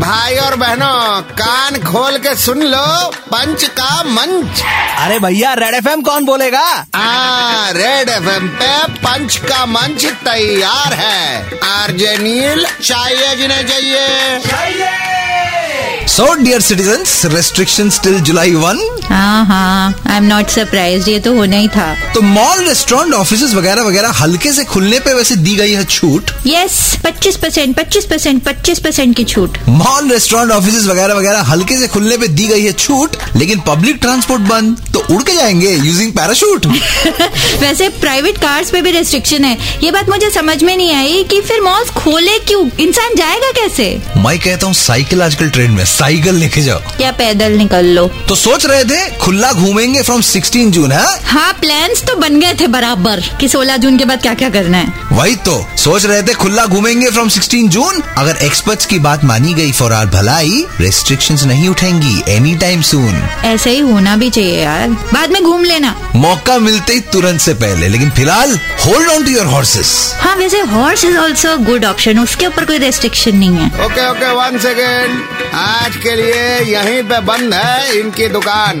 भाई और बहनों कान खोल के सुन लो पंच का मंच अरे भैया रेड एफ कौन बोलेगा आ, रेड एफ पे पंच का मंच तैयार है आरजे नील चाहिए जिन्हें चाहिए so dear citizen restriction till July one हाँ हाँ आई एम नॉट सरप्राइज ये तो होना ही था तो मॉल रेस्टोरेंट ऑफिस वगैरह वगैरह हल्के से खुलने पे वैसे दी गई है छूट यस पच्चीस परसेंट पच्चीस परसेंट पच्चीस परसेंट की छूट मॉल रेस्टोरेंट ऑफिस वगैरह वगैरह हल्के से खुलने पे दी गई है छूट लेकिन पब्लिक ट्रांसपोर्ट बंद तो उड़ के जाएंगे यूजिंग पैराशूट वैसे प्राइवेट कार्स पे भी रेस्ट्रिक्शन है ये बात मुझे समझ में नहीं आई कि फिर मॉल खोले क्यों इंसान जाएगा कैसे मैं कहता हूँ साइकिल आजकल ट्रेन में साइकिल लेके जाओ या पैदल निकल लो तो सोच रहे थे खुला घूमेंगे फ्रॉम 16 जून है हाँ प्लान्स तो बन गए थे बराबर कि 16 जून के बाद क्या क्या करना है वही तो सोच रहे थे खुला घूमेंगे फ्रॉम 16 जून अगर एक्सपर्ट्स की बात मानी गई फॉर आर भलाई रेस्ट्रिक्शंस नहीं उठेंगी एनी टाइम सून ऐसे ही होना भी चाहिए यार बाद में घूम लेना मौका मिलते ही तुरंत से पहले लेकिन फिलहाल hold on to your horses हाँ वैसे horse is also good option उसके ऊपर कोई रेस्ट्रिक्शन नहीं है ओके ओके वन सेकेंड आज के लिए यहीं पे बंद है इनकी दुकान